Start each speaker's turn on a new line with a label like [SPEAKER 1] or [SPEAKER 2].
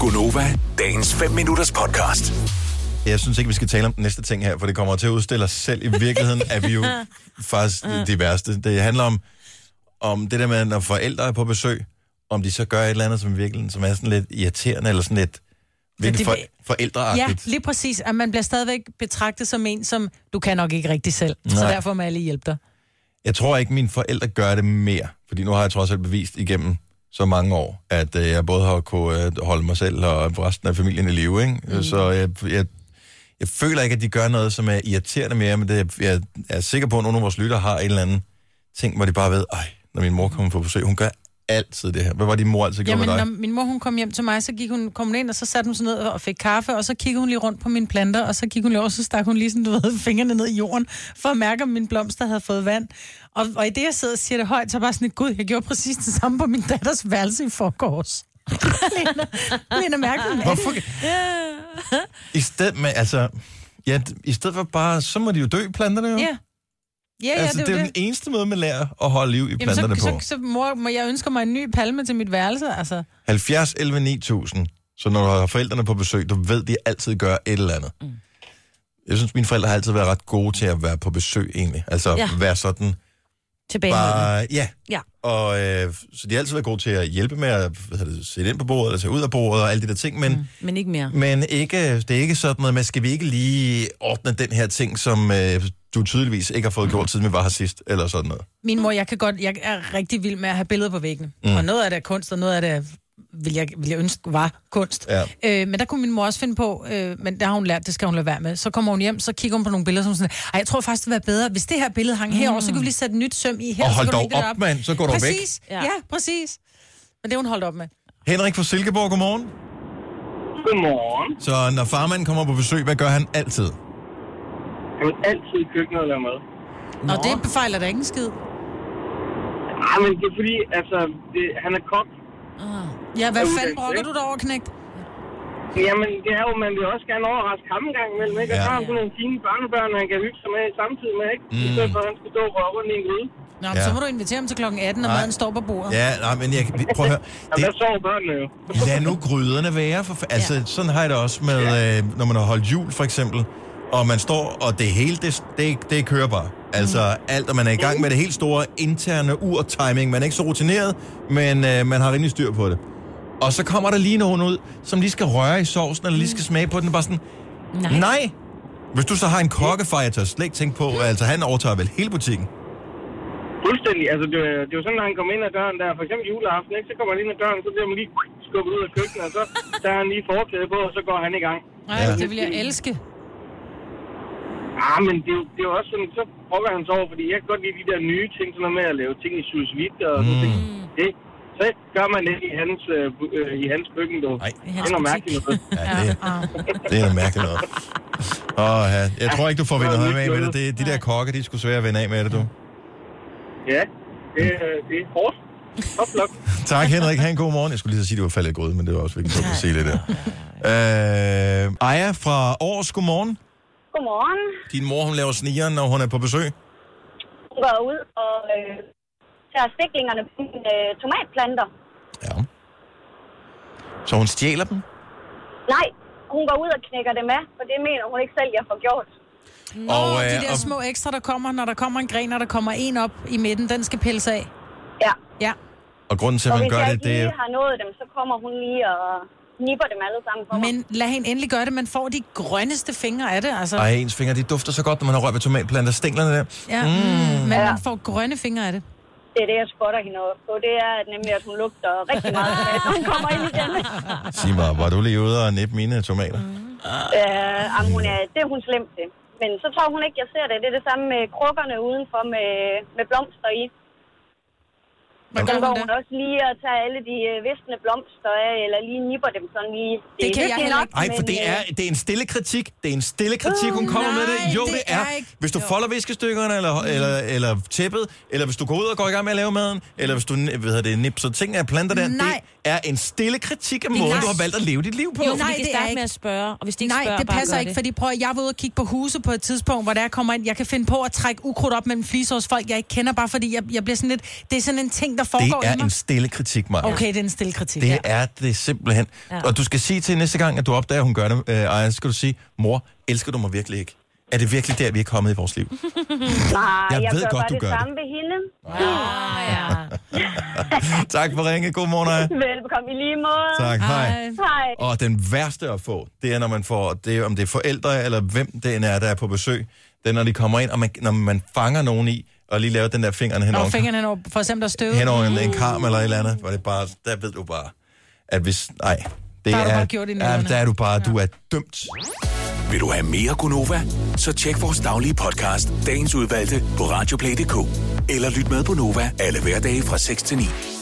[SPEAKER 1] Gunova, dagens 5 minutters podcast.
[SPEAKER 2] Jeg synes ikke, vi skal tale om den næste ting her, for det kommer til at udstille os selv. I virkeligheden er vi jo faktisk de værste. Det handler om, om det der med, når forældre er på besøg, om de så gør et eller andet, som virkelig som er sådan lidt irriterende, eller sådan lidt virkelig for,
[SPEAKER 3] Ja,
[SPEAKER 2] forældreagtigt.
[SPEAKER 3] lige præcis. At man bliver stadigvæk betragtet som en, som du kan nok ikke rigtig selv. Nej. Så
[SPEAKER 2] Nej.
[SPEAKER 3] derfor må alle hjælpe dig.
[SPEAKER 2] Jeg tror ikke, mine forældre gør det mere, fordi nu har jeg trods alt bevist igennem så mange år, at øh, jeg både har kunnet øh, holde mig selv og resten af familien i live, ikke? Mm. Så jeg, jeg, jeg føler ikke, at de gør noget, som er irriterende mere, men det, jeg er sikker på, at nogle af vores lytter har en eller anden ting, hvor de bare ved, ej, når min mor kommer på besøg, hun gør altid det her. Hvad var din mor altid gjorde
[SPEAKER 3] Jamen,
[SPEAKER 2] med
[SPEAKER 3] når
[SPEAKER 2] dig?
[SPEAKER 3] min mor hun kom hjem til mig, så gik hun, kom hun ind, og så satte hun sig ned og fik kaffe, og så kiggede hun lige rundt på mine planter, og så gik hun lige over, så stak hun lige sådan, du ved, fingrene ned i jorden, for at mærke, om mine blomster havde fået vand. Og, og i det, jeg sidder og siger det højt, så er jeg bare sådan, gud, jeg gjorde præcis det samme på min datters værelse i forgårs. Lena, Lena mærke
[SPEAKER 2] Hvorfor? I stedet med, altså, ja, i stedet for bare, så må de jo dø, planterne jo.
[SPEAKER 3] Ja. Ja, ja,
[SPEAKER 2] altså, det,
[SPEAKER 3] jo
[SPEAKER 2] er jo den eneste måde, man lærer at holde liv i
[SPEAKER 3] Jamen,
[SPEAKER 2] planterne
[SPEAKER 3] så,
[SPEAKER 2] på.
[SPEAKER 3] så, så mor, må jeg ønsker mig en ny palme til mit værelse, altså.
[SPEAKER 2] 70 11 9000. Så når du har forældrene på besøg, du ved, de altid gør et eller andet. Mm. Jeg synes, mine forældre har altid været ret gode til at være på besøg, egentlig. Altså ja.
[SPEAKER 4] Ja.
[SPEAKER 2] være sådan
[SPEAKER 4] Tilbage med
[SPEAKER 2] bare... Ja.
[SPEAKER 4] Ja.
[SPEAKER 2] Og, øh, så de har altid været gode til at hjælpe med at hvad hedder det, sætte ind på bordet, eller tage ud af bordet og alle de der ting, men... Mm.
[SPEAKER 4] den. Men ikke mere.
[SPEAKER 2] Men ikke, det er ikke sådan noget med, skal vi ikke lige ordne den her ting, som øh, du tydeligvis ikke har fået gjort, siden vi var her sidst, eller sådan noget.
[SPEAKER 3] Min mor, jeg kan godt, jeg er rigtig vild med at have billeder på væggene. Mm. Og noget af det er kunst, og noget af det er- vil jeg, vil jeg ønske var kunst.
[SPEAKER 2] Ja.
[SPEAKER 3] Øh, men der kunne min mor også finde på, øh, men der har hun lært, det skal hun lade være med. Så kommer hun hjem, så kigger hun på nogle billeder, som sådan, Ej, jeg tror faktisk, det var bedre. Hvis det her billede hang herover, så kan vi lige sætte et nyt søm i her.
[SPEAKER 2] Og
[SPEAKER 3] så
[SPEAKER 2] hold
[SPEAKER 3] kan du
[SPEAKER 2] dog
[SPEAKER 3] lægge det
[SPEAKER 2] op,
[SPEAKER 3] deroppe."
[SPEAKER 2] mand, så går du væk.
[SPEAKER 3] præcis.
[SPEAKER 4] Ja.
[SPEAKER 3] Ja. ja, præcis. Men det er hun holdt op med.
[SPEAKER 2] Henrik fra Silkeborg, godmorgen.
[SPEAKER 5] Godmorgen.
[SPEAKER 2] Så når farmanden kommer på besøg, hvad gør han altid?
[SPEAKER 5] Jeg vil altid i køkkenet og lave mad.
[SPEAKER 3] Nå. Og det fejler da ikke en skid.
[SPEAKER 5] Nej, men det er fordi, altså, det, han er kok.
[SPEAKER 4] Ah.
[SPEAKER 3] Ja, hvad
[SPEAKER 5] Er
[SPEAKER 3] fanden
[SPEAKER 5] uddannelse,
[SPEAKER 3] brokker
[SPEAKER 5] ikke?
[SPEAKER 3] du dig over, knægt?
[SPEAKER 5] Jamen, det er jo, man vil også gerne overraske ham en gang imellem, ikke? Og
[SPEAKER 2] Ja.
[SPEAKER 5] så har han sådan nogle fine børnebørn, han kan hygge sig med samtidig med, ikke? I
[SPEAKER 2] Mm.
[SPEAKER 5] stedet for, at han skal stå og røre rundt i en gryde.
[SPEAKER 3] Nå,
[SPEAKER 2] Ja.
[SPEAKER 3] ja. så må du invitere ham til klokken 18, når
[SPEAKER 2] Nej.
[SPEAKER 3] maden står på bordet.
[SPEAKER 2] Ja, nej, men jeg, vi- prøv at høre.
[SPEAKER 5] Og der
[SPEAKER 2] Det,
[SPEAKER 5] sover børnene jo.
[SPEAKER 2] lad nu gryderne være. For, fa- altså, sådan har jeg det også med, øh, når man har holdt jul, for eksempel. Og man står, og det hele, det, det, det kører bare. Altså alt, og man er i gang med det helt store interne ur-timing. Man er ikke så rutineret, men øh, man har rimelig styr på det. Og så kommer der lige nogen ud, som lige skal røre i sovsen, eller lige skal smage på den, og bare sådan, nej. nej. Hvis du så har en kokkefejl, jeg tør slet ikke tænke på, altså han overtager vel hele butikken.
[SPEAKER 5] Fuldstændig. Altså, det, er- det er jo sådan, når han kommer ind ad døren der. For eksempel juleaften, ikke? Så kommer han ind ad døren, så bliver man lige skubbet ud af køkkenet, og så tager han lige forklæde på, og så går han i gang.
[SPEAKER 3] Nej,
[SPEAKER 2] Ja.
[SPEAKER 3] ja. det vil jeg elske.
[SPEAKER 5] Ah, men det, er jo- det er jo også sådan, så brokker han sig over, fordi jeg kan godt lide de der nye ting, sådan noget med at lave ting i sous vide og sådan ting. Det, så gør man det i hans, øh, bu- øh, i hans køkken, dog.
[SPEAKER 2] Nej.
[SPEAKER 4] I
[SPEAKER 5] det
[SPEAKER 4] hans
[SPEAKER 5] er noget
[SPEAKER 4] butik.
[SPEAKER 5] mærkeligt noget.
[SPEAKER 2] Ja, det,
[SPEAKER 3] Ah.
[SPEAKER 2] Det er noget mærkeligt noget. Åh, ja. Jeg tror ikke, du får vendt
[SPEAKER 5] det var
[SPEAKER 2] noget af med
[SPEAKER 5] lidt
[SPEAKER 2] det. det. De der kokke, de skulle svære at vende af med det, du.
[SPEAKER 5] Ja, det, er- det er hårdt. Top luck.
[SPEAKER 2] Tak, Henrik. Ha' en god morgen. Jeg skulle lige så sige, at det var faldet i gryde, men det var også vigtigt at sige lidt der. Øh, Aja fra Aarhus, godmorgen.
[SPEAKER 6] Godmorgen.
[SPEAKER 2] Din mor, hun laver snigeren, når hun er på besøg.
[SPEAKER 6] Hun går ud og øh, tager stiklingerne på mine øh, tomatplanter.
[SPEAKER 2] Ja. Så hun stjæler dem?
[SPEAKER 6] Nej, hun går ud og knækker dem af, for det mener hun ikke selv, jeg får gjort.
[SPEAKER 3] Nå, og, øh, de der
[SPEAKER 2] og-
[SPEAKER 3] små ekstra, der kommer, når der kommer en gren, og der kommer en op i midten, den skal pilles af.
[SPEAKER 6] Ja.
[SPEAKER 3] Ja.
[SPEAKER 2] Og grunden til,
[SPEAKER 6] Og
[SPEAKER 2] at man
[SPEAKER 6] hvis
[SPEAKER 2] gør
[SPEAKER 6] jeg
[SPEAKER 2] det,
[SPEAKER 6] ikke
[SPEAKER 2] det er...
[SPEAKER 6] lige har nået dem, så kommer hun lige og nipper dem alle sammen for mig.
[SPEAKER 3] Men lad hende endelig gøre det, man får de grønneste fingre af det, altså.
[SPEAKER 2] Ej, ens fingre, de dufter så godt, når man har rørt ved tomatplanter. Stænglerne der.
[SPEAKER 3] Ja. Mm. Men
[SPEAKER 6] Ja.
[SPEAKER 3] man får grønne fingre af det.
[SPEAKER 6] Det er det, jeg spotter hende op på. Det er at nemlig, at hun lugter rigtig meget, når hun kommer ind i den.
[SPEAKER 2] Sig mig, var du lige ude og nippe mine tomater?
[SPEAKER 6] Øh, jamen, hun er, det er hun slemt til. Men så tror hun ikke, jeg ser det. Det er det samme med krukkerne udenfor med, med blomster i.
[SPEAKER 3] Hvad
[SPEAKER 6] Så
[SPEAKER 3] gør
[SPEAKER 6] går
[SPEAKER 3] hun
[SPEAKER 6] hun
[SPEAKER 3] der?
[SPEAKER 6] også lige og tager alle de øh, visne blomster af, eller lige nipper dem sådan lige.
[SPEAKER 3] Det kan jeg
[SPEAKER 6] hyggeligt
[SPEAKER 3] heller ikke.
[SPEAKER 2] Nej, for det
[SPEAKER 6] øh,
[SPEAKER 2] er, det er en stille kritik. Det er en stille kritik, hun kommer med
[SPEAKER 3] øh, nej,
[SPEAKER 2] det. Jo, det,
[SPEAKER 3] det
[SPEAKER 2] er.
[SPEAKER 3] er ikke-
[SPEAKER 2] Hvis du
[SPEAKER 3] Jo. Mm.
[SPEAKER 2] folder viskestykkerne, eller, eller, eller tæppet, eller hvis du går ud og går i gang med at lave maden, eller hvis du hvad hedder det, nipser ting af planter der,
[SPEAKER 3] Nej,
[SPEAKER 2] det er en stille kritik af
[SPEAKER 4] er
[SPEAKER 2] måden,
[SPEAKER 4] nice.
[SPEAKER 2] du har valgt at leve dit liv på.
[SPEAKER 4] Jo,
[SPEAKER 3] Nej,
[SPEAKER 4] nej, de
[SPEAKER 3] det er
[SPEAKER 4] kan starte
[SPEAKER 3] ikke-
[SPEAKER 4] med at spørge, og hvis de ikke
[SPEAKER 3] Nej,
[SPEAKER 4] spørger,
[SPEAKER 3] det
[SPEAKER 4] bare
[SPEAKER 3] passer
[SPEAKER 4] gør
[SPEAKER 3] ikke,
[SPEAKER 4] det.
[SPEAKER 3] fordi prøv, at- jeg var ude og kigge på huse på et tidspunkt, hvor der jeg kommer ind, jeg kan finde på at trække ukrudt op mellem fliser hos folk, jeg ikke kender, bare fordi jeg, jeg bliver sådan lidt, det er sådan en ting, der
[SPEAKER 2] Det
[SPEAKER 3] foregår
[SPEAKER 2] er
[SPEAKER 3] i mig.
[SPEAKER 2] en stille kritik, Maja.
[SPEAKER 3] Okay, det er en stille kritik.
[SPEAKER 2] Det
[SPEAKER 3] ja.
[SPEAKER 2] er det simpelthen. Ja.
[SPEAKER 4] Ja.
[SPEAKER 2] Og du skal sige til næste gang, at du opdager, at hun gør det, øh, Ej, så skal du sige, mor, elsker du mig virkelig ikke? Er det virkelig der, vi er kommet i vores liv?
[SPEAKER 6] Nej,
[SPEAKER 2] Jeg
[SPEAKER 6] jeg,
[SPEAKER 2] ved
[SPEAKER 6] gør
[SPEAKER 2] godt,
[SPEAKER 6] bare
[SPEAKER 2] du
[SPEAKER 6] det
[SPEAKER 2] gør det.
[SPEAKER 6] samme ved hende.
[SPEAKER 4] Ah, ja.
[SPEAKER 2] tak for ringe. God morgen, Aja.
[SPEAKER 6] Velbekomme i lige måde.
[SPEAKER 2] Tak, hej.
[SPEAKER 4] Hej.
[SPEAKER 6] Hej.
[SPEAKER 2] Og den værste at få, det er, når man får, det er, om det er forældre eller hvem det end er, der er på besøg, det er, når de kommer ind, og man, når man fanger nogen i, og lige laver den der fingeren hen
[SPEAKER 3] Når
[SPEAKER 2] over,
[SPEAKER 3] fingrene henover, for eksempel der er støvet,
[SPEAKER 2] hen over en, en karm eller et eller andet, hvor det bare, der ved du bare, at hvis, nej, det
[SPEAKER 3] Der har du
[SPEAKER 2] er,
[SPEAKER 3] bare gjort det i
[SPEAKER 2] ja,
[SPEAKER 3] nødderne.
[SPEAKER 2] der er du bare, du er dømt.
[SPEAKER 1] Vil du have mere Gunova? Så tjek vores daglige podcast, dagens udvalgte, på radioplay.dk. Eller lyt med på Nova alle hverdage fra 6 til 9.